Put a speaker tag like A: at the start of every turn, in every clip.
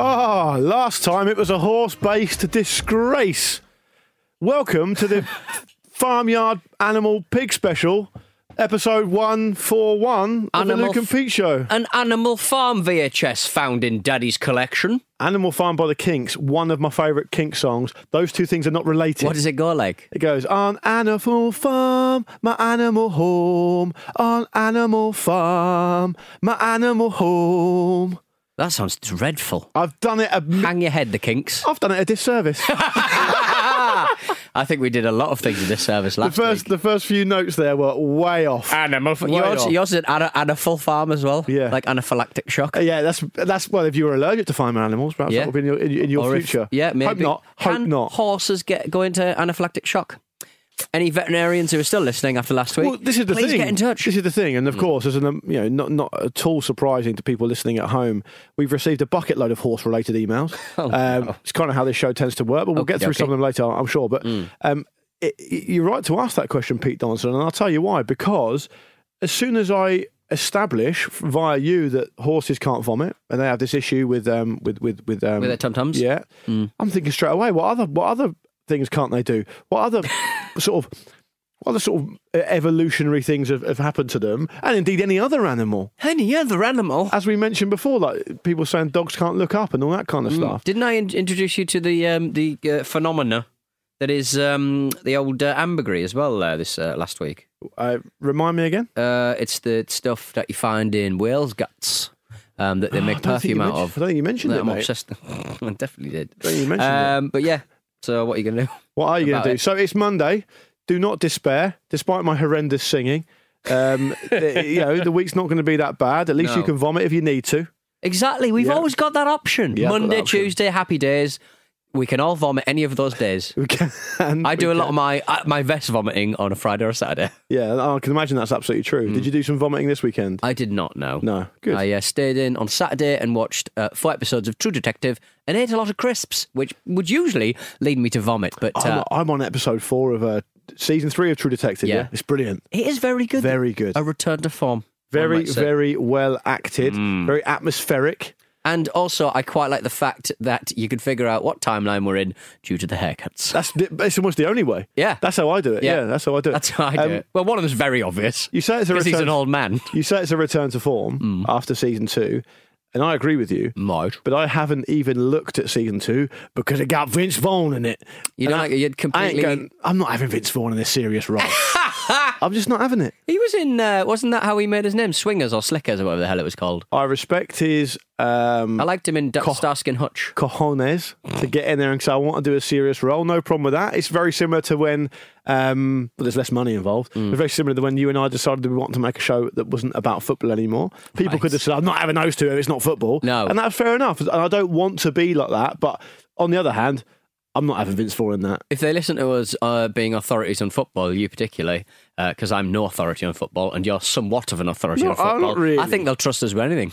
A: Ah, last time it was a horse based disgrace. Welcome to the Farmyard Animal Pig Special, episode 141 of the
B: Animal
A: Luke and
B: f-
A: Pete Show.
B: An Animal Farm VHS found in Daddy's collection.
A: Animal Farm by the Kinks, one of my favourite Kink songs. Those two things are not related.
B: What does it go like?
A: It goes on animal farm, my animal home. On animal farm, my animal home.
B: That sounds dreadful.
A: I've done it a mi-
B: Hang your head, the kinks.
A: I've done it a disservice.
B: I think we did a lot of things in this service
A: the
B: last
A: first,
B: week.
A: the first few notes there were way off.
B: Animal
A: Farm.
B: Yours, yours is an anaphil farm as well.
A: Yeah.
B: Like anaphylactic shock.
A: yeah, that's that's well. If you were allergic to farm animals, perhaps
B: Yeah.
A: that would be in your, in, in your
B: Or if-
A: future.
B: yeah, maybe.
A: Hope not. Hope
B: Can
A: not.
B: horses get go into anaphylactic shock? Any veterinarians who are still listening after last week?
A: Well, this is the
B: please
A: thing.
B: get in touch. Mm.
A: This is the thing, and of course, as an um, you know, not not at all surprising to people listening at home, we've received a bucket load of horse-related emails.
B: Oh,
A: um, It's kind of how this show tends to work, but we'll get through
B: Okey-dokey.
A: some of them later, I'm sure. But
B: Mm.
A: um, it, it- you're right to ask that question, Pete Donaldson, and I'll tell you why. Because as soon as I establish via you that horses can't vomit and they have this issue with um with with with um
B: With their tum-tums?
A: yeah
B: Mm.
A: i'm thinking straight away what other what other things can't they do what other sort of what other sort of uh, evolutionary things have, have happened to them and indeed any other animal
B: Any other animal?
A: as we mentioned before like people saying dogs can't look up and all that
B: Mm.
A: kind of stuff
B: Didn't I in- introduce you to the um, the uh, phenomena that is um, the old uh, ambergris as well? Uh, this uh, last week,
A: uh, remind me again
B: uh, it's the stuff that you find in whales guts um, that they make
A: Ah, I don't think you
B: perfume out
A: mentioned-
B: of.
A: i don't think you mentioned
B: That
A: it
B: I'm
A: mate.
B: obsessed. I definitely did.
A: Don't you mention it.
B: Um, but yeah, so what are you gonna do?
A: What are you going
B: about
A: to do?
B: it.
A: So it's Monday. Do not despair, despite my horrendous singing. Um, the, you know, the week's not going to be that bad. At least you
B: No.
A: can vomit if you need to.
B: Exactly. We've
A: Yeah.
B: always got that option.
A: Yeah, I've got
B: Monday,
A: that option.
B: Tuesday, happy days. We can all vomit any of those days.
A: We can.
B: I do a lot of my uh, my vest vomiting on a Friday or Saturday.
A: Yeah, I can imagine that's absolutely true.
B: Mm.
A: Did you do some vomiting this weekend?
B: I did not know.
A: No. Good.
B: I uh, stayed in on Saturday and watched uh, four episodes of True Detective and ate a lot of crisps, which would usually lead me to vomit. But
A: I'm,
B: uh,
A: I'm on episode four of uh, season three of True Detective. Yeah.
B: Yeah.
A: It's brilliant.
B: it is very good.
A: Very good.
B: A return to form. one
A: Very,
B: might say.
A: very well acted.
B: Mm.
A: Very atmospheric.
B: And also, I quite like the fact that you could figure out what timeline we're in due to the haircuts.
A: That's, the- that's almost the only way.
B: Yeah.
A: That's how I do it. Yeah,
B: Yeah.
A: that's how I do it.
B: That's how I do
A: Um,
B: it. Well, one of them's very obvious.
A: You say it's a
B: because he's
A: return-
B: an old man.
A: You say it's a return to form
B: Mm.
A: after season two, and I agree with you.
B: Might.
A: But I haven't even looked at season two because it got Vince Vaughn in it.
B: You
A: And
B: don't
A: I-
B: like it? You'd
A: I ain't
B: completely-
A: going, I'm not having Vince Vaughn in this serious role. I'm just not having it.
B: He was in, uh, wasn't that how he made his name? Swingers or Slickers or whatever the hell it was called.
A: I respect his um,
B: I liked him in D- Starsky and Hutch.
A: cojones to get in there and say, I want to do a serious role. No problem with that. It's very similar to when, um, well, there's less money involved. It's very similar to when you and I decided that we wanted to make a show that wasn't about football anymore. People
B: Right.
A: could have said, I'm not having those two, it's not football.
B: No.
A: And that's fair enough. And I don't want to be like that. But on the other hand, I'm not having Vince Vaughn in that.
B: If they listen to us uh, being authorities on football, you particularly, because I'm no authority on football and you're somewhat of an authority
A: No,
B: on football,
A: I'm not really.
B: I think they'll trust us with anything.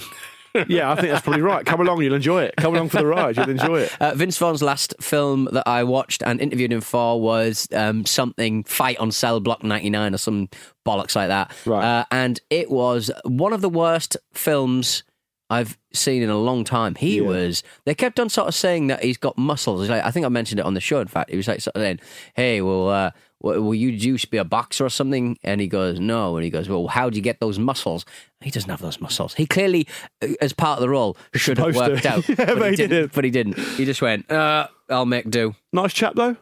A: yeah, I think that's probably right. Come along, you'll enjoy it. Come along for the ride, you'll enjoy it.
B: Uh, Vince Vaughn's last film that I watched and interviewed him for was um, something Fight on Cell Block 99 or some bollocks like that.
A: Right.
B: Uh, and it was one of the worst films I've seen in a long time. He
A: Yeah.
B: was. They kept on sort of saying that he's got muscles. He's like, I think I mentioned it on the show. In fact, he was like sort of saying, "Hey, well." Uh, w- Will you you used to be a boxer or something? And he goes, no. And he goes, well, how do you get those muscles? He doesn't have those muscles. He clearly, uh, as part of the role, should have
A: Supposed to.
B: worked out.
A: Yeah, but he
B: didn't.
A: didn't.
B: But he didn't. He just went, uh, I'll make do.
A: Nice chap, though.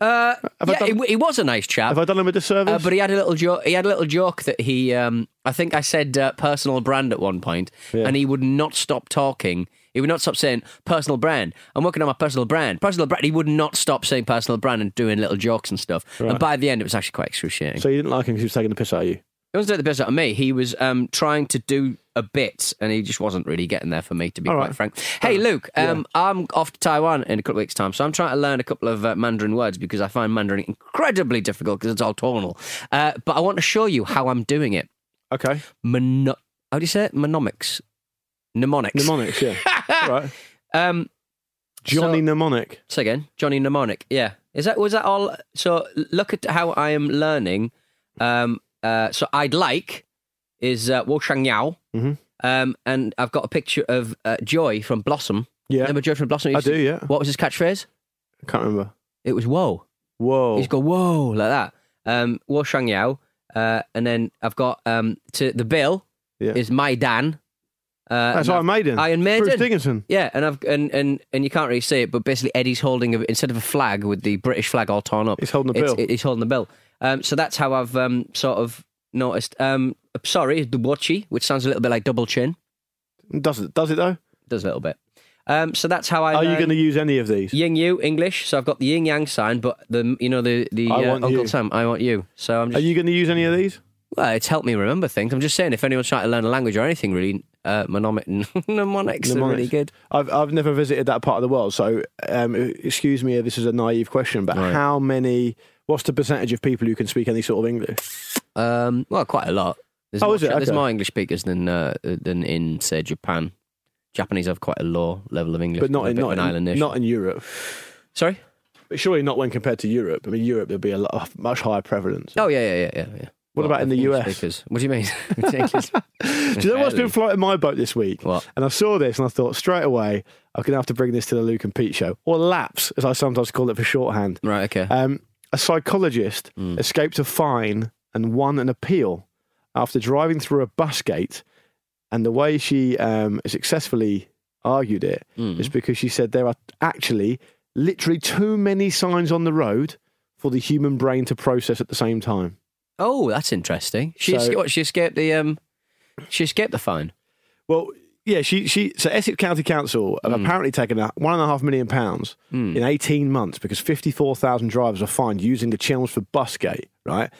B: Uh,
A: I
B: yeah,
A: done-
B: he, w- he was a nice chap.
A: Have I done him a disservice?
B: Uh, but he had a little joke. He had a little joke that he, um, I think I said uh, personal brand at one point, and he would not stop talking. He would not stop saying personal brand. I'm working on my personal brand. Personal brand. He would not stop saying personal brand and doing little jokes and stuff. And by the end, it was actually quite excruciating.
A: so you didn't like him because he was taking the piss out of you?
B: He wasn't doing the best out of me. He was um, trying to do a bit, and he just wasn't really getting there for me, to be quite
A: right.
B: frank. Hey, Luke, um, I'm off to Taiwan in a couple of weeks' time, so I'm trying to learn a couple of uh, Mandarin words because I find Mandarin incredibly difficult because it's all tonal. Uh, but I want to show you how I'm doing it.
A: Okay.
B: Mono- how do you say it? Mnemonics. Mnemonics.
A: Mnemonics, yeah. All right.
B: um,
A: Johnny
B: So-
A: Mnemonic.
B: so again, Johnny Mnemonic. Yeah, is that was that all? So look at how I am learning. Um, uh, so I'd like is uh, Wo Shang Yao,
A: Mhm.
B: um, and I've got a picture of uh, Joy from Blossom,
A: Yeah.
B: Remember Joe from Blossom? He
A: I
B: used to-
A: do, yeah.
B: What was his catchphrase?
A: I can't remember.
B: It was whoa.
A: Whoa.
B: He's go whoa like that. Um, whoa Shang Yao. Uh, and then I've got um to the bill
A: Yeah.
B: is my Dan. Uh,
A: That's
B: and
A: Iron Maiden.
B: Iron Maiden.
A: Bruce Dickinson.
B: Yeah, and I've and, and and you can't really see it, but basically Eddie's holding a, instead of a flag with the British flag all torn up.
A: He's holding the
B: it's-
A: bill.
B: it- he's holding the bill. Um, so that's how I've um, sort of noticed. Um, sorry, Dubochi, which sounds a little bit like double chin.
A: Does it? Does it though?
B: Does a little bit. Um, so that's how I.
A: Are you
B: learned
A: going to use any of these?
B: yin you English? So I've got the yin yang sign, but the you know the the
A: I
B: uh,
A: want
B: Uncle
A: you.
B: Sam. I want you. So I'm
A: Are
B: just
A: you going to use any of these?
B: well, it's helped me remember things. I'm just saying, if anyone's trying to learn a language or anything, really, uh, mnemonic mnemonics are really
A: Mnemonics.
B: good.
A: I've I've never visited that part of the world, so um, excuse me. if This is a naive question, but
B: Right.
A: how many? What's the percentage of people who can speak any sort of English?
B: Um, well, quite a lot. There's
A: Oh,
B: more,
A: is it?
B: There's
A: Okay.
B: more English speakers than uh, than in say Japan. Japanese have quite a low level of English,
A: But not
B: they're a
A: in
B: bit of
A: not
B: an island
A: in,
B: nation.
A: not in Europe.
B: Sorry.
A: But surely not when compared to Europe. I mean, Europe there'd be a lot, a much higher prevalence.
B: Oh yeah, yeah, yeah, yeah. yeah.
A: What about in the
B: English
A: US?
B: Speakers. What do you mean? English-
A: Do you know what's been
B: Barely.
A: floating my boat this week?
B: What?
A: And I saw this and I thought straight away I'm going to have to bring this to the Luke and Pete show or LAPS as I sometimes call it for shorthand.
B: Right. Okay.
A: Um, a psychologist escaped a fine and won an appeal after driving through a bus gate. And the way she um, successfully argued it is because she said there are actually literally too many signs on the road for the human brain to process at the same time.
B: oh, that's interesting. She
A: So-
B: esca- what, she escaped the um, she escaped the fine.
A: Well, yeah, she she so Essex County Council have apparently taken a one and a half million pounds in eighteen months because fifty four thousand drivers are fined using the Chelmsford bus gate, right?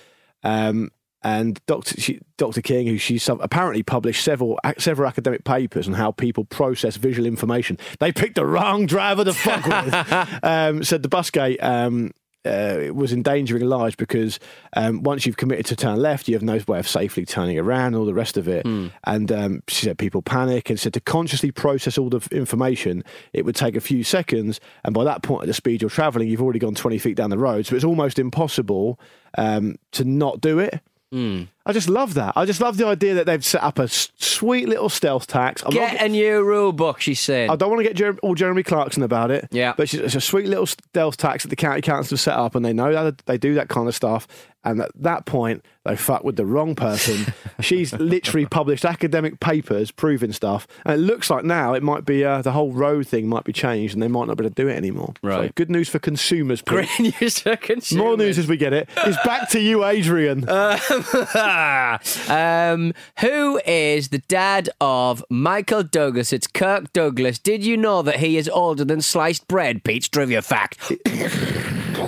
A: Um, and Doctor she, Doctor King, who she sub, apparently published several ac- several academic papers on how people process visual information, they picked the wrong driver to fuck with. Um, said the bus gate um, uh, was endangering lives because um, once you've committed to turn left, you have no way of safely turning around, all the rest of it. And um, she said people panic and said to consciously process all the f- information, it would take a few seconds. And by that point, at the speed you're traveling, you've already gone 20 feet down the road. So it's almost impossible um, to not do it. I just love that. I just love the idea that they've set up a s- sweet little stealth tax. I'm not-
B: Get a new rule book. She's saying.
A: I don't want to get Jer- all Jeremy Clarkson about it.
B: Yeah.
A: but it's, it's a sweet little stealth tax that the county council have set up, and they know that they do that kind of stuff. And at that point, they fuck with the wrong person. She's literally published academic papers proving stuff, and it looks like now it might be uh, the whole road thing might be changed, and they might not be able to do it anymore. So
B: Right.
A: good news for consumers. Pete.
B: Great news for consumers.
A: More news as we get it. It's back to you, Adrian.
B: um, who is the dad of Michael Douglas? It's Kirk Douglas. Did you know that he is older than sliced bread? Pete's trivia fact.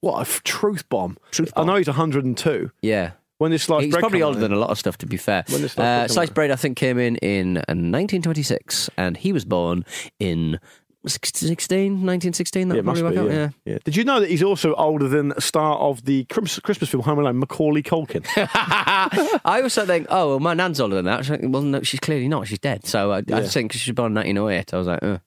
A: what a f- truth bomb!
B: Truth
A: I know he's 102.
B: Yeah.
A: When this sliced
B: He's
A: bread
B: probably
A: come
B: older
A: out-
B: than a lot of stuff, to be fair.
A: When did sliced bread
B: Uh,
A: come
B: sliced
A: out?
B: bread, I think, came in in 1926, and he was born in 16, 1916. That
A: Yeah,
B: would probably work out. Yeah.
A: yeah. Did you know that he's also older than the star of the Christmas Christmas film Home Alone, Macaulay Culkin?
B: I also think, oh, well, my nan's older than that. She's like, well, no, she's clearly not. She's dead. So I, I
A: Yeah.
B: think 'cause she was born in 1908. I was like, uh.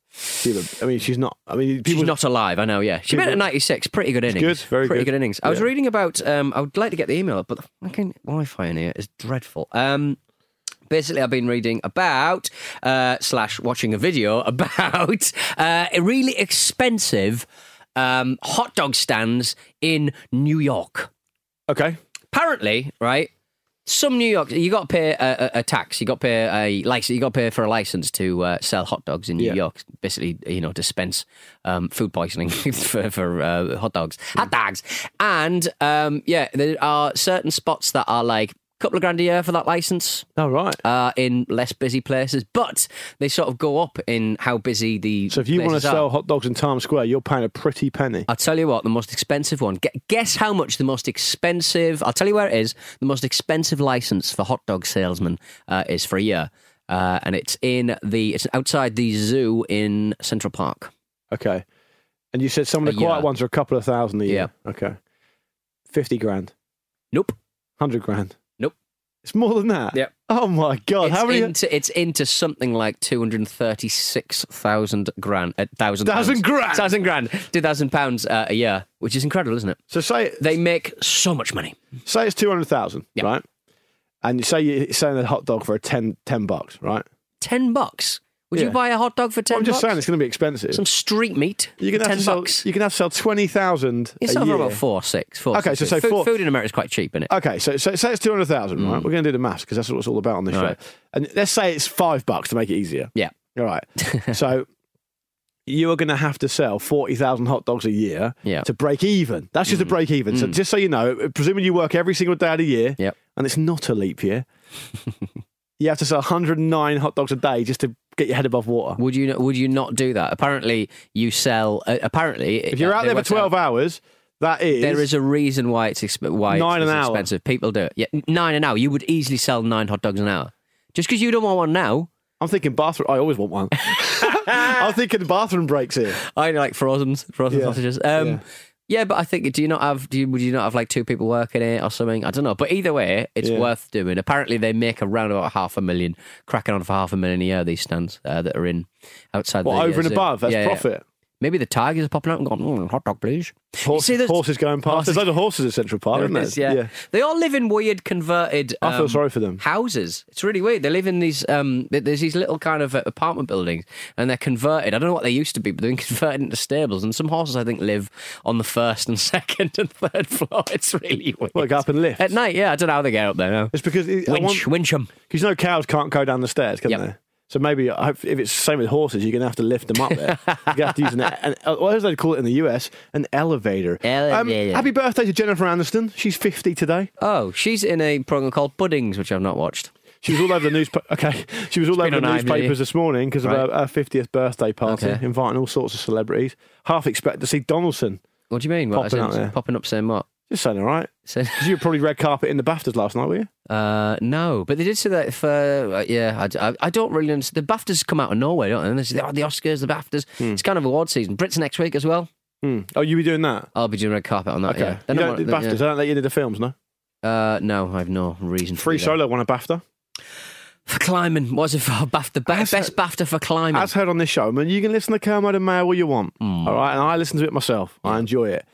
A: I mean, she's not. I mean, people.
B: She's not alive. I know. Yeah, she made it at ninety six. Pretty good innings.
A: good, very
B: pretty
A: good.
B: good. innings. I was
A: Yeah.
B: reading about. Um, I would like to get the email, up, but the fucking Wi-Fi in here is dreadful. Um, basically, I've been reading about uh, slash watching a video about uh, a really expensive um, hot dog stands in New York.
A: okay.
B: Apparently, right. Some New York, you got to pay a, a, a tax. You got to pay a license. You got to pay for a license to uh, sell hot dogs in New
A: Yeah.
B: York. Basically, you know, dispense um, food poisoning for, for uh, hot dogs, hot dogs, and um, yeah, there are certain spots that are like a couple of grand a year for that license
A: All right.
B: uh, in less busy places, but they sort of go up in how busy the.
A: So if you want to
B: places are.
A: sell hot dogs in Times Square, you're paying a pretty penny.
B: I'll tell you what, the most expensive one. Gu- Guess how much the most expensive, I'll tell you where it is, the most expensive license for hot dog salesman uh, is for a year. Uh, and it's in the, it's outside the zoo in Central Park.
A: Okay. And you said some of the
B: A
A: quiet
B: year.
A: ones are a couple of thousand a year. Okay. Fifty grand,
B: Nope.
A: hundred grand.
B: Nope.
A: It's more than that.
B: Yep.
A: Oh my god!
B: it's,
A: How many
B: into, it's into something like 236,000 grand, uh, thousand
A: thousand
B: pounds.
A: grand?
B: Thousand grand, two thousand pounds uh, a year, which is incredible, isn't it?
A: So say
B: They make so much money.
A: say it's two hundred thousand,
B: Yeah.
A: right? And you say you're selling a hot dog for a 10, 10 bucks, right?
B: Ten bucks. Would you
A: Yeah.
B: buy a hot dog for ten?
A: I'm just
B: bucks?
A: saying it's going to be expensive.
B: some street meat.
A: you're going to
B: for
A: have
B: ten
A: to sell,
B: bucks.
A: you're going to have to sell twenty thousand
B: It's
A: a
B: over
A: year.
B: about four, six, four.
A: Okay,
B: six,
A: so
B: six.
A: say
B: food,
A: four-
B: food in America is quite cheap, isn't it?
A: Okay, so so say it's two hundred thousand, right? We're going to do the maths because that's what it's all about on this
B: Mm. All
A: show.
B: right.
A: And let's say it's five bucks to make it easier.
B: Yeah.
A: All right. so you are going to have to sell 40,000 hot dogs a year
B: Yeah. Mm.
A: to break even. That's just a break even. So just so you know, presuming you work every single day of the year
B: Yep.
A: and it's not a leap year, you have to sell 109 hot dogs a day just to get your head above water.
B: Would you would you not do that? Apparently, you sell. Uh, apparently,
A: If you're out there for 12 hours, that is,
B: there is a reason why it's exp- why
A: Nine
B: it's
A: an hour.
B: expensive. People do it. Yeah, nine an hour. You would easily sell nine hot dogs an hour. Just because you don't want one now,
A: I'm thinking bathroom. I always want one. I'm thinking bathroom breaks here.
B: I like frozen frozen
A: Yeah.
B: sausages. Um,
A: Yeah.
B: yeah. but I think do you not have do you, would you not have like two people working it or something? I don't know. But either way, it's
A: Yeah.
B: worth doing. Apparently, they make around about half a million, cracking on for half a million a year. These stands uh, that are in outside.
A: Well,
B: the,
A: over
B: uh,
A: and
B: zoo.
A: above, that's
B: Yeah, yeah.
A: profit.
B: Maybe the tigers are popping out and going, mm, hot dog, please. You
A: Horse,
B: see this-
A: horses going past. There's a lot of horses in Central Park, isn't
B: There
A: there?
B: it is, yeah. They all live in weird converted
A: I feel
B: um,
A: sorry for them.
B: houses. It's really weird. They live in these, um, th- there's these little kind of uh, apartment buildings and they're converted. I don't know what they used to be, but they've been converted into stables. And some horses, I think, live on the first and second and third floor. It's really weird.
A: Like up and lift.
B: At night, yeah. I don't know how they get up there now.
A: It's because it, I want,
B: Winch, winch 'em.
A: Because you know cows can't go down the stairs, can
B: Yep.
A: they? So maybe I hope- if it's the same with horses, you're going to have to lift them up there. you're going to have to use an, an or as they call it in the US, an elevator. Um,
B: Elevator.
A: happy birthday to Jennifer Aniston. She's 50 today.
B: Oh, she's in a program called Puddings, which I've not watched.
A: She was all over the newspaper. Okay, she was all over
B: been
A: the
B: on
A: newspapers
B: IMDb.
A: this morning because
B: Right.
A: of her, her 50th birthday party,
B: Okay.
A: inviting all sorts of celebrities. Half expect to see Donaldson.
B: What do you mean? What, as
A: Popping
B: in
A: up there.
B: Popping up saying what?
A: Just saying, all right.
B: Saying-
A: 'Cause you were probably red carpet in the Baftas last night, were you?
B: Uh, no, but they did say that for uh, yeah, I, I, I don't really understand. The Baftas come out of nowhere, don't they? And they say, oh, the Oscars, the Baftas. It's kind of award season. Brits next week as well.
A: Hmm. Oh, you were doing that.
B: I'll be doing red carpet on that.
A: Okay.
B: Yeah.
A: You
B: They're not
A: don't,
B: one-
A: the BAFTAs, I
B: yeah.
A: don't let you into the films, no?
B: Uh, no, I have no reason. to
A: Free
B: do that.
A: Solo won a BAFTA.
B: for climbing. Was it for BAFTA? Ba-
A: As-
B: best BAFTA for climbing.
A: As heard on this show, I mean, you can listen to Kermode and Mayo all you want.
B: Mm.
A: All right. And I listen to it myself. I enjoy it.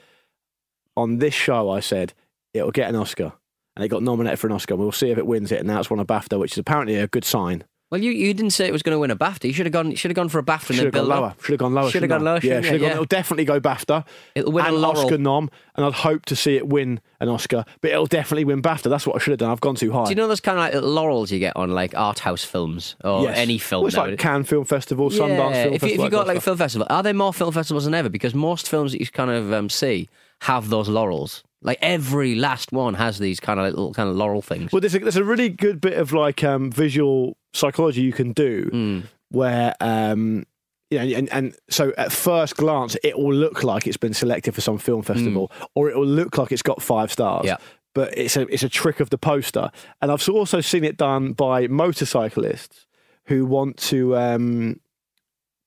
A: On this show, I said it'll get an Oscar. And it got nominated for an Oscar. We'll see if it wins it. And now it's won a BAFTA, which is apparently a good sign.
B: well, you, you didn't say it was going to win a BAFTA. You should have gone. Should have gone for a BAFTA and
A: Should
B: then
A: have gone
B: build
A: lower.
B: up.
A: Should have gone lower.
B: Should have
A: shouldn't
B: gone
A: I?
B: lower,
A: Yeah,
B: shouldn't
A: should have
B: it?
A: gone.
B: Yeah.
A: It'll definitely go BAFTA.
B: It'll win
A: and
B: a laurel.
A: Oscar nom. And I'd hope to see it win an Oscar, but it'll definitely win BAFTA. That's what I should have done. I've gone too high.
B: Do you know those kind of like little laurels you get on like art house films or
A: Yes.
B: any film?
A: Well, it's like
B: nowadays?
A: Cannes Film Festival, Sundance Film
B: if
A: Festival.
B: you, if you
A: that
B: got
A: kind of
B: like a
A: stuff.
B: film festival, are there more film festivals than ever? Because most films that you kind of um, see have those laurels. Like every last one has these kind of little kind of laurel things.
A: Well, there's a, there's a really good bit of like um, visual psychology you can do where, um, you know, and, and so at first glance, it will look like it's been selected for some film festival or it will look like it's got five stars.
B: Yeah.
A: But it's a, it's a trick of the poster. And I've also seen it done by motorcyclists who want to, um,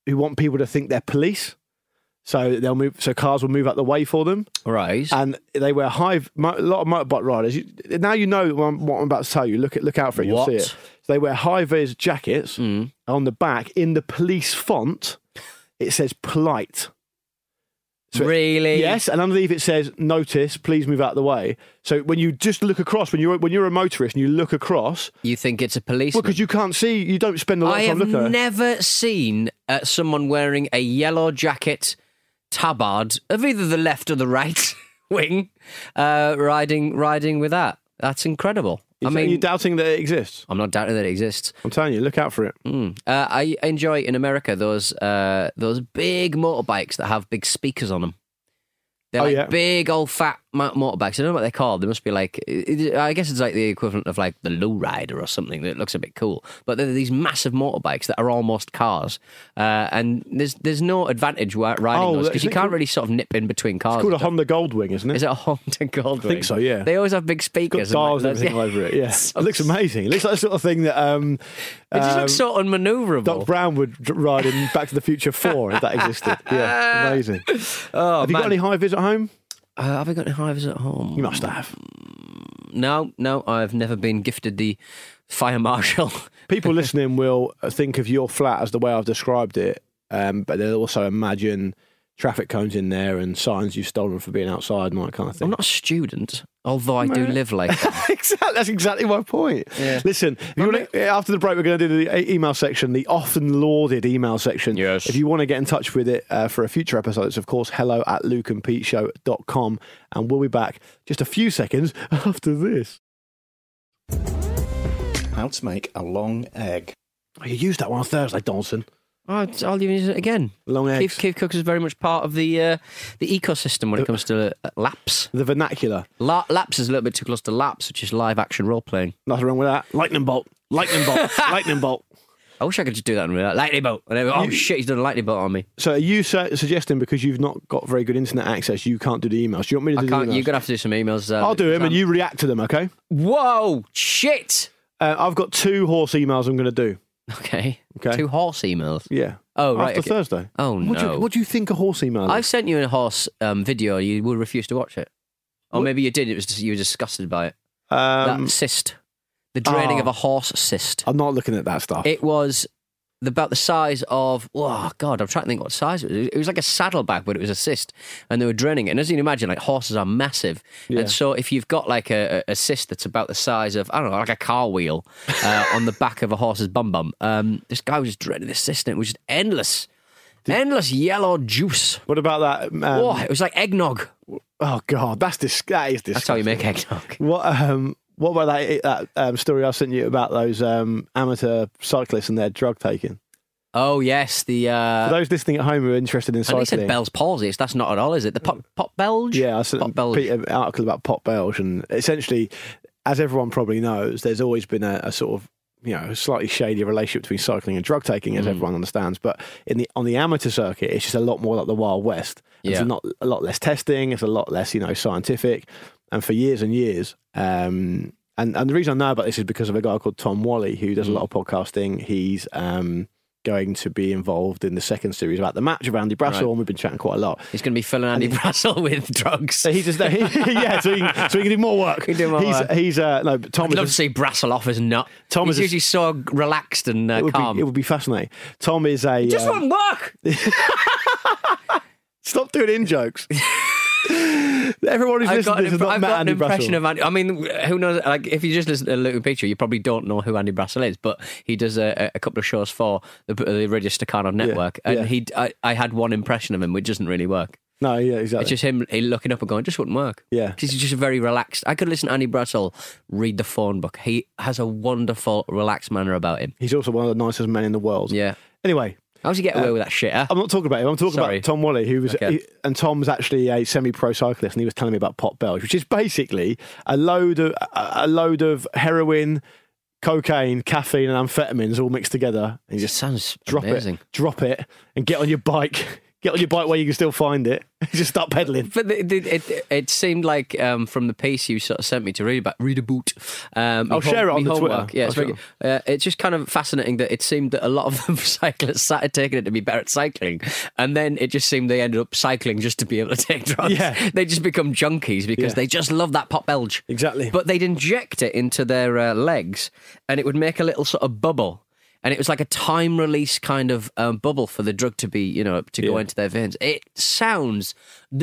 A: who want people to think they're police. So they'll move, so cars will move out the way for them
B: Right.
A: and they were high. mo- A lot of motorbike riders. You, now you know what I'm, what I'm about to tell you. Look at look out for it. You'll
B: What? Mm.
A: see it. So they wear high vis jackets on the back in the police font. It says polite. so it-
B: really?
A: Yes, and underneath it says notice. Please move out of the way. So when you just look across, when you're when you're a motorist and you look across,
B: You think it's a
A: well,
B: policeman?
A: because you can't see, you don't spend a lot
B: I
A: of time
B: have
A: looking. at it.
B: never seen uh, someone wearing a yellow jacket, tabard of either the left or the right wing, uh, riding riding with that. That's incredible. I
A: I mean, you're
B: mean,
A: doubting that it exists.
B: I'm not doubting that it exists.
A: I'm telling you, look out for it.
B: Mm. Uh, I enjoy in America those uh, those big motorbikes that have big speakers on them. They're
A: Oh,
B: like
A: yeah.
B: big old fat mo- motorbikes. I don't know what they're called. They must be like, it- it- I guess it's like the equivalent of like the lowrider or something that looks a bit cool. But they're these massive motorbikes that are almost cars. Uh, and there's there's no advantage wa- riding
A: Oh,
B: those because
A: isn't
B: you
A: it
B: can't
A: called-
B: really sort of nip in between cars.
A: It's called a
B: and stuff.
A: Honda Goldwing, isn't it?
B: Is it a Honda Goldwing? I
A: think so, yeah.
B: They always have big
A: Got
B: speakers. and, like,
A: stars and
B: those-
A: everything all over it. Yeah,
B: So-
A: it looks amazing. It looks like the sort of thing that um,
B: It just
A: um,
B: looks so unmanoeuvrable.
A: Doc Brown would dr- ride in Back to the Future Four if that existed. Yeah, amazing.
B: oh,
A: have you
B: man.
A: got any high vis at home?
B: Uh, have I got any hives at home?
A: You must have.
B: No, no, I've never been gifted the fire marshal.
A: People uh, listening will think of your flat as the way I've described it, um, but they'll also imagine traffic cones in there and signs you've stolen for being outside and all that kind of thing.
B: I'm not a student, although I do
A: Meh.
B: live like that.
A: exactly, that's exactly my point.
B: Yeah.
A: Listen, if you want to, after the break, we're going to do the e- email section, the often lauded email section.
B: Yes.
A: If you want to get in touch with it uh, for a future episode, it's of course hello at lukeandpeteshow.com. And we'll be back just a few seconds after this.
C: How to make a long egg.
A: Oh, you used that one on Thursday, Donson.
B: Oh, I'll even use it again.
A: Long eggs.
B: Cave, cave cookers is very much part of the uh, the ecosystem when it comes to uh, laps.
A: The vernacular.
B: La- laps is a little bit too close to laps, which is live action role playing.
A: Nothing wrong with that. Lightning bolt. Lightning bolt. lightning bolt.
B: I wish I could just do that in real life. Lightning bolt. And then, oh shit, he's done a lightning bolt on me.
A: So are you su- suggesting because you've not got very good internet access, you can't do the emails? Do you want me to
B: I
A: do
B: can't.
A: the emails?
B: You're gonna have to do some emails. Uh,
A: I'll do them and you react to them, okay?
B: Whoa! Shit.
A: Uh, I've got two horse emails I'm going to do.
B: Okay.
A: Okay.
B: Two horse emails.
A: Yeah.
B: Oh, right,
A: After
B: okay.
A: Thursday.
B: Oh,
A: What do,
B: no.
A: you, what do you think a horse email
B: I
A: is?
B: sent you a horse um, video. You would refuse to watch it, or maybe you did. It was just, you were disgusted by it.
A: Um,
B: that cyst, the draining
A: Oh.
B: of a horse cyst.
A: I'm not looking at that stuff.
B: It was the- about the size of oh god, I'm trying to think what size it was. It was like a saddleback, but it was a cyst, and they were draining it. And as you can imagine, like horses are massive, and so if you've got like a, a a cyst that's about the size of I don't know, like a car wheel uh, on the back of a horse's bum bum, um, this guy was just draining this cyst, and it was just endless, endless yellow juice.
A: what about that? Um,
B: oh, it was like eggnog.
A: oh, God. That's dis- that is disgusting.
B: That's how you make eggnog.
A: What, um, what about that, that um, story I sent you about those um, amateur cyclists and their drug taking?
B: Oh yes, the uh,
A: For those listening at home who are interested in
B: And
A: cycling.
B: they said Bell's palsy. It's, that's not at all, is it? The pop, pop Belge?
A: Yeah, I sent
B: pop Belge.
A: Peter an article about pot Belge, and essentially, as everyone probably knows, there's always been a, a sort of you know slightly shady relationship between cycling and drug taking, as
B: Mm.
A: everyone understands. But in the on the amateur circuit, it's just a lot more like the Wild West. It's
B: Yeah.
A: not a lot less testing. It's a lot less you know scientific, and for years and years. Um, and, and the reason I know about this is because of a guy called Tom Wally who
B: Mm.
A: does a lot of podcasting. He's um, going to be involved in the second series about the match of Andy Brassel, and we've been chatting quite a lot.
B: He's going to be filling Andy Brassel with drugs.
A: So he's just he, yeah, so he, can- so he can do more work.
B: He can do more
A: he's,
B: work.
A: He's uh, no, but Tom
B: I'd
A: is.
B: love to see Brassel off his nut.
A: Tom
B: He's
A: is a-
B: usually so relaxed and uh,
A: it, would
B: calm.
A: be, it would be fascinating. Tom is a.
B: Just
A: uh,
B: want work.
A: stop doing in jokes. Everyone who's
B: I've
A: listening
B: got
A: to
B: an,
A: this has
B: imp-
A: not
B: I've
A: met
B: got an
A: Andy
B: impression
A: Brassel.
B: of Andy. I mean, who knows? Like, if you just listen to Luke and Peter, you probably don't know who Andy Brassel is. But he does a, a- a couple of shows for the, the Radio Staccato Network, and
A: yeah.
B: he, I, I had one impression of him, which doesn't really work.
A: no, yeah, exactly.
B: It's just him he looking up and going, just wouldn't work.
A: Yeah.
B: 'Cause He's just very relaxed. I could listen to Andy Brassel read the phone book. He has a wonderful, relaxed manner about him.
A: he's also one of the nicest men in the world.
B: Yeah.
A: Anyway,
B: How does he get away with that shit, huh?
A: Uh, I'm not talking about him. I'm talking
B: Sorry.
A: about Tom Wally, who was,
B: Okay.
A: he- and Tom's actually a semi-pro cyclist, and he was telling me about pot belge, which is basically a load of a a load of heroin, cocaine, caffeine, and amphetamines all mixed together. And you
B: It
A: just
B: sounds
A: drop
B: amazing.
A: it, drop it, and get on your bike. Get on your bike where you can still find it. Just start pedaling.
B: But the, the, it, it seemed like um, from the piece you sort of sent me to read about read a boot. Um,
A: I'll
B: me
A: share it on
B: me
A: the Twitter.
B: homework. Yeah, it's,
A: I'll
B: very good. Uh, it's just kind of fascinating that it seemed that a lot of them cyclists started taking it to be better at cycling, and then it just seemed they ended up cycling just to be able to take drugs.
A: Yeah.
B: they just become junkies because
A: Yeah.
B: they just love that pop Belge.
A: Exactly.
B: But they'd inject it into their uh, legs, and it would make a little sort of bubble. And it was like a time release kind of um, bubble for the drug to be, you know, to go
A: Yeah.
B: into their veins. It sounds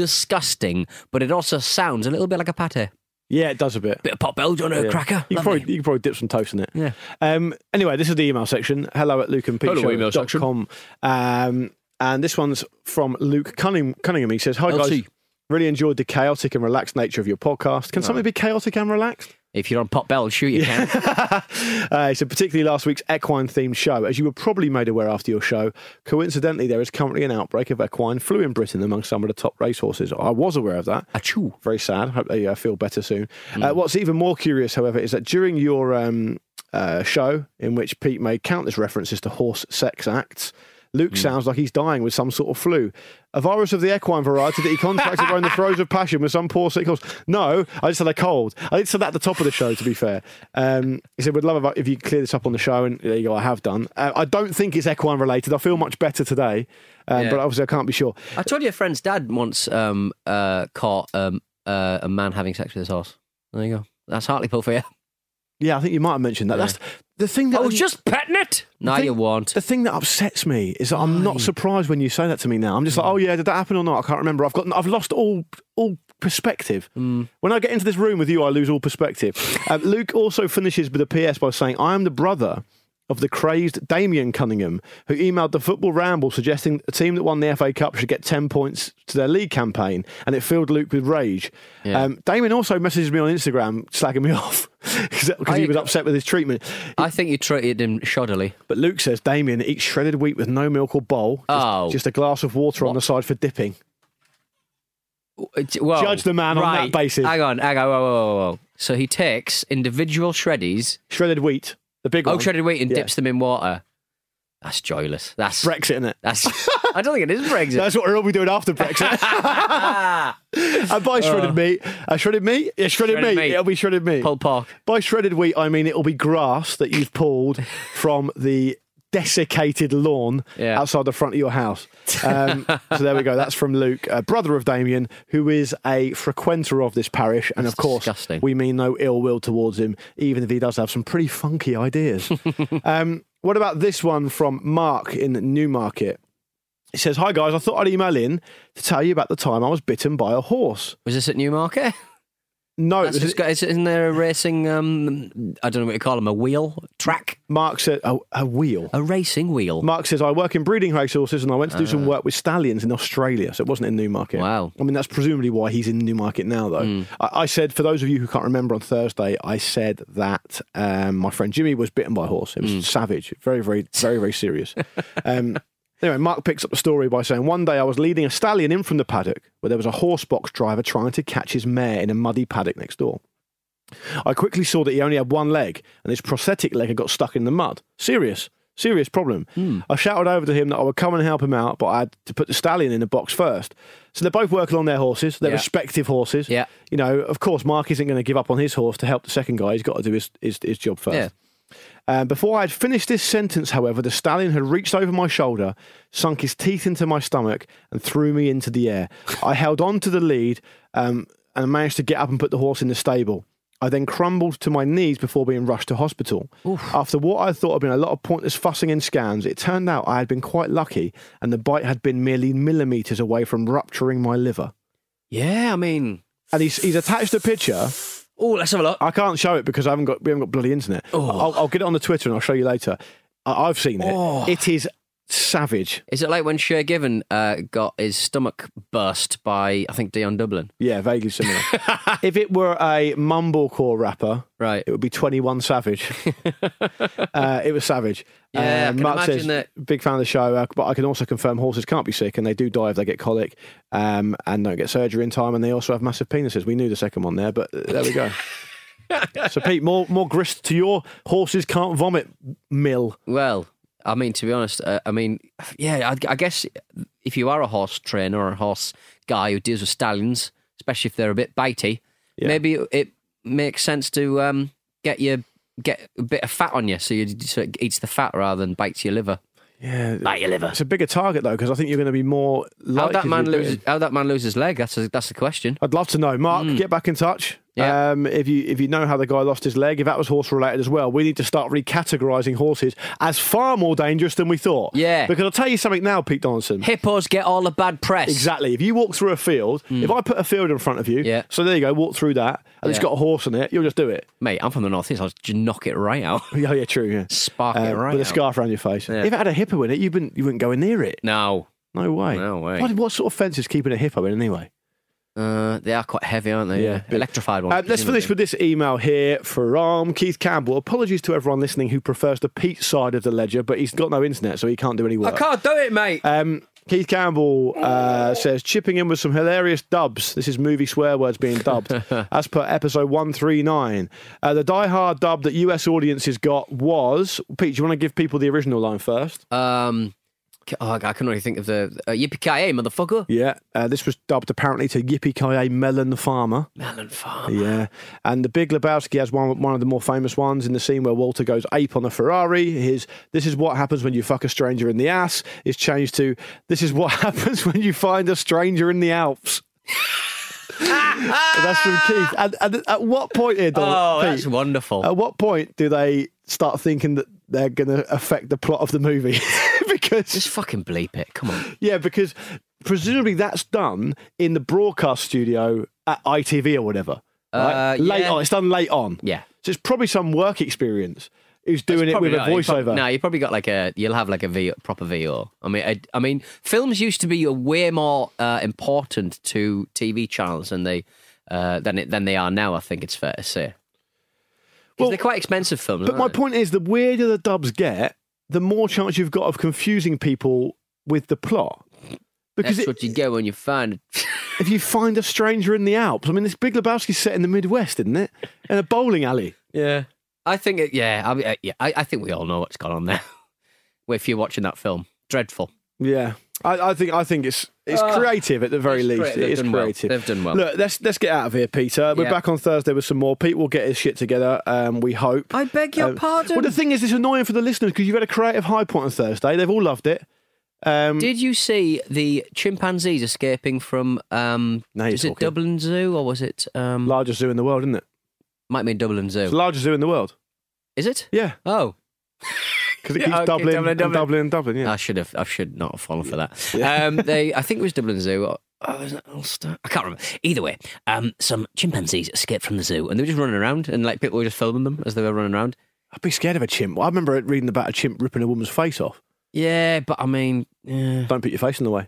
B: disgusting, but it also sounds a little bit like a pate.
A: Yeah, it does a bit.
B: Bit of pop belge on a
A: Yeah.
B: cracker.
A: You can,
B: Lovely.
A: probably, you can probably dip some toast in it.
B: Yeah.
A: Um, anyway, this is the email section. Hello at
B: Hello, email section.
A: lukeandpeteshow.com. Um, and this one's from Luke Cunning- Cunningham. He says, Hi, guys.
B: LT.
A: Really enjoyed the chaotic and relaxed nature of your podcast. Can something be chaotic and relaxed?
B: If you're on pop belge, sure you can.
A: Uh, so, particularly last week's equine themed show, as you were probably made aware after your show, coincidentally, there is currently an outbreak of equine flu in Britain among some of the top racehorses. I was aware of that.
B: Achoo.
A: Very sad. Hope they uh, feel better soon. Uh, what's even more curious, however, is that during your um, uh, show, in which Pete made countless references to horse sex acts, Luke sounds like he's dying with some sort of flu. A virus of the equine variety that he contracted during the throes of passion with some poor sick horse. No, I just had a cold. I did say that at the top of the show, to be fair. Um, he said, We'd love if you clear this up on the show. And there you go, I have done. Uh, I don't think it's equine related. I feel much better today, um,
B: Yeah.
A: but obviously I can't be sure.
B: I told you a friend's dad once um, uh, caught um, uh, a man having sex with his horse. There you go. That's Hartlepool for you.
A: Yeah, I think you might have mentioned that.
B: Yeah. Oh,
A: That's the thing that
B: I was just petting it. No,
A: thing-
B: you won't.
A: the thing that upsets me is that I'm not surprised when you say that to me now. I'm just like, oh yeah, did that happen or not? I can't remember. I've got, I've lost all all perspective. When I get into this room with you, I lose all perspective. um, Luke also finishes with a PS by saying, "I am the brother." Of the crazed Damien Cunningham, who emailed the Football Ramble suggesting a team that won the FA Cup should get 10 points to their league campaign, and it filled Luke with rage. Um, Damien also messaged me on Instagram, slagging me off because he was upset with his treatment.
B: I think you treated him shoddily.
A: But Luke says Damien eats shredded wheat with no milk or bowl. Just,
B: Oh.
A: just a glass of water on the side for dipping.
B: It's- Well,
A: Judge the man on that
B: right.
A: basis.
B: Hang on, hang on, whoa, whoa, whoa, whoa. So he takes individual shreddies,
A: Shredded wheat, the big one.
B: oak shredded wheat, and
A: Yeah.
B: dips them in water. That's joyless. That's
A: Brexit in it.
B: that's. I don't think it is Brexit. Ah.
A: That's what we'll be doing after Brexit. I buy shredded meat. Uh, shredded meat? Yeah, shredded,
B: Shredded
A: meat.
B: meat.
A: It'll be shredded meat.
B: Pulled pork.
A: By shredded wheat, I mean it'll be grass that you've pulled from the desiccated lawn
B: Yeah.
A: outside the front of your house. Um, so there we go. That's from Luke, uh, brother of Damien, who is a frequenter of this parish. And of course,
B: disgusting.
A: we mean no ill will towards him, even if he does have some pretty funky ideas. um, what about this one from Mark in Newmarket? He says, Hi guys, I thought I'd email in to tell you about the time I was bitten by a horse.
B: Was this at Newmarket?
A: No, this
B: That's
A: is-
B: just got, is- isn't there a racing? Um, I don't know what you call them. A wheel track,
A: Mark said, oh, a wheel.
B: a racing wheel.
A: Mark says, I work in breeding racehorses and I went to do some work with stallions in Australia. So it wasn't in Newmarket.
B: Wow.
A: I mean, that's presumably why he's in Newmarket now, though. I, I said, for those of you who can't remember on Thursday, I said that um, my friend Jimmy was bitten by a horse. It was savage, very, very, very, very serious. um, anyway, Mark picks up the story by saying, One day I was leading a stallion in from the paddock where there was a horsebox driver trying to catch his mare in a muddy paddock next door. I quickly saw that he only had one leg, and his prosthetic leg had got stuck in the mud. Serious, serious problem. I shouted over to him that I would come and help him out, but I had to put the stallion in the box first. So they're both working on their horses, their
B: Yeah.
A: respective horses.
B: Yeah.
A: You know, of course, Mark isn't going to give up on his horse to help the second guy. He's got to do his, his, his job first.
B: Yeah.
A: Um, before I had finished this sentence, however, the stallion had reached over my shoulder, sunk his teeth into my stomach, and threw me into the air. I held on to the lead um, and managed to get up and put the horse in the stable. I then crumbled to my knees before being rushed to hospital. After what I thought had been a lot of pointless fussing and scans, it turned out I had been quite lucky, and the bite had been merely millimetres away from rupturing my liver.
B: Yeah, I mean,
A: And he's, he's attached a picture.
B: oh, let's have a look.
A: I can't show it because I haven't got we haven't got bloody internet. I'll, I'll get it on the Twitter and I'll show you later. I, I've seen it. It is savage.
B: Is it like when Shea Given uh, got his stomach burst by I think Dion Dublin?
A: Yeah, vaguely similar. if it were a mumblecore rapper,
B: Right.
A: it would be Twenty One Savage. uh, it was savage.
B: Yeah, I
A: Um,
B: can
A: Mark
B: imagine
A: says
B: that-
A: big fan of the show, uh, but I can also confirm horses can't be sick and they do die if they get colic um, and don't get surgery in time, and they also have massive penises. We knew the second one there, but uh, there we go. so Pete, more more grist to your horses can't vomit mill.
B: Well, I mean, to be honest, uh, I mean, yeah, I, I guess if you are a horse trainer or a horse guy who deals with stallions, especially if they're a bit bitey, maybe it makes sense to um, get your get a bit of fat on you, so you so it eats the fat rather than bites your liver.
A: Yeah,
B: Bite your liver.
A: It's a bigger target though, because I think you're going to be more.
B: How
A: Likely
B: that man
A: to do it.
B: lose? How that man lose his leg? That's a, that's the question.
A: I'd love to know, Mark. Get back in touch.
B: Mm. Yeah.
A: Um, if you if you know how the guy lost his leg, if that was horse related as well, we need to start recategorising horses as far more dangerous than we thought.
B: Yeah.
A: Because I'll tell you something now, Pete Donaldson.
B: Hippos get all the bad press.
A: Exactly. If you walk through a field, if I put a field in front of you,
B: Mm. Yeah.
A: so there you go, walk through that, and it's
B: Yeah.
A: got a horse in it, you'll just do it. Oh,
B: Mate, I'm from the northeast. I'll just knock it right out.
A: Yeah, yeah, true. Yeah.
B: Spark it
A: Um,
B: right
A: with a
B: out.
A: scarf around your face. If it had a hippo in it, you wouldn't you wouldn't go near it.
B: No.
A: No way.
B: No way.
A: What, what sort of fence is keeping a hippo in anyway?
B: Uh, they are quite heavy, aren't they?
A: Yeah, big.
B: Electrified one.
A: Uh, let's finish with this email here from Keith Campbell. Apologies to everyone listening who prefers the Pete side of the ledger, but he's got no internet, so he can't do any work.
B: can't do it, mate.
A: Um, Keith Campbell uh, says, chipping in with some hilarious dubs. This is movie swear words being dubbed, as per episode 139. Uh, the Die Hard dub that US audiences got was. Pete, do you want to give people the original line first?
B: Um, c- oh, I can only think of the uh, yippee ki motherfucker.
A: yeah. Uh, this was dubbed apparently to Yippee Ki Melon Farmer.
B: Melon Farm.
A: Yeah, and the Big Lebowski has one one of the more famous ones in the scene where Walter goes ape on a Ferrari. His "This is what happens when you fuck a stranger in the ass" is changed to "This is what happens when you find a stranger in the Alps." That's from Keith. And, and at what point here, Donald,
B: Oh,
A: Pete,
B: that's wonderful.
A: at what point do they start thinking that they're going to affect the plot of the movie because
B: Just fucking bleep it. Come on.
A: yeah, because presumably that's done in the broadcast studio at ITV or whatever. right?
B: Uh,
A: late
B: yeah.
A: on, it's done late on.
B: Yeah.
A: So it's probably some work experience who's doing it
B: Probably
A: with a
B: not. You prob-
A: voiceover.
B: no, you probably got like a. You'll have like a v, proper VO. I mean, I, I mean, films used to be way more uh, important to TV channels than they uh, than it, than they are now. I think it's fair to say. Because
A: Well,
B: they're quite expensive films.
A: But my
B: aren't they?
A: point is, the weirder the dubs get, the more chance you've got of confusing people with the plot. Because
B: that's
A: it,
B: what you get when you find.
A: if you find a stranger in the Alps, I mean, this Big Lebowski's set in the Midwest, isn't it? In a bowling alley.
B: yeah, I think. It, yeah, I, mean, uh, yeah, I, I think we all know what's gone on there. if you're watching that film, dreadful.
A: Yeah, I, I think I think it's it's creative at the very
B: it's
A: least.
B: crea- they've
A: It is
B: done well.
A: creative.
B: They've done well.
A: Look, let's let's get out of here, Peter. We're
B: Yeah.
A: back on Thursday with some more. Pete will get his shit together. Um, we hope.
B: I beg your
A: Um,
B: pardon.
A: Well, the thing is, it's annoying for the listeners because you've had a creative high point on Thursday. They've all loved it. Um,
B: Did you see the chimpanzees escaping from? Um,
A: Now you're
B: is it
A: talking.
B: Dublin Zoo or was it? Um,
A: largest zoo in the world, isn't it?
B: might mean Dublin Zoo.
A: It's the largest zoo in the world.
B: Is it?
A: Yeah.
B: Oh,
A: Because it
B: Yeah,
A: keeps
B: okay,
A: doubling,
B: Dublin,
A: and
B: Dublin.
A: doubling, and doubling. Yeah.
B: I should have. I should not have fallen for that. Um, they, I think it was Dublin Zoo. Or, oh, was it Ulster? I can't remember. Either way, um, some chimpanzees escaped from the zoo and they were just running around and like people were just filming them as they were running around.
A: I'd be scared of a chimp. I remember reading about a chimp ripping a woman's face off.
B: Yeah, but I mean, yeah.
A: Don't put your face in the way.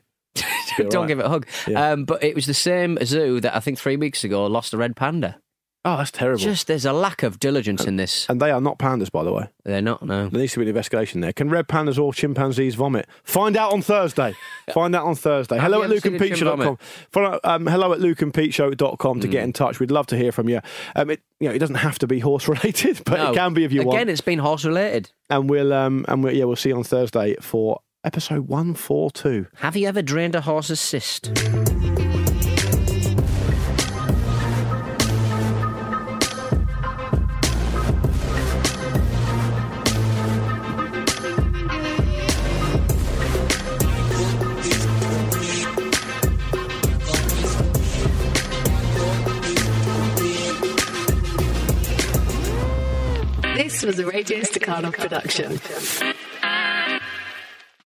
B: don't
A: right.
B: give it a hug. Um, but it was the same zoo that I think three weeks ago lost a red panda.
A: Oh, that's terrible.
B: Just there's a lack of diligence in this.
A: and they are not pandas, by the way.
B: They're not no.
A: There needs to be an investigation there. Can red pandas or chimpanzees vomit? Find out on Thursday. Find out on Thursday. Hello
B: you
A: at
B: ever seen a
A: lukeandpeatshow.com.
B: chimp Hmm.
A: Follow, um, hello at lukeandpeatshow.com to get in touch. We'd love to hear from you. Um, it, you know, it doesn't have to be horse related, but
B: No.
A: it can be if you
B: Again,
A: want.
B: it's been horse related.
A: And we'll um, and we'll, yeah, we'll see you on Thursday for episode one four two.
B: Have you ever drained a horse's cyst?
D: This was a Radio Staccato production.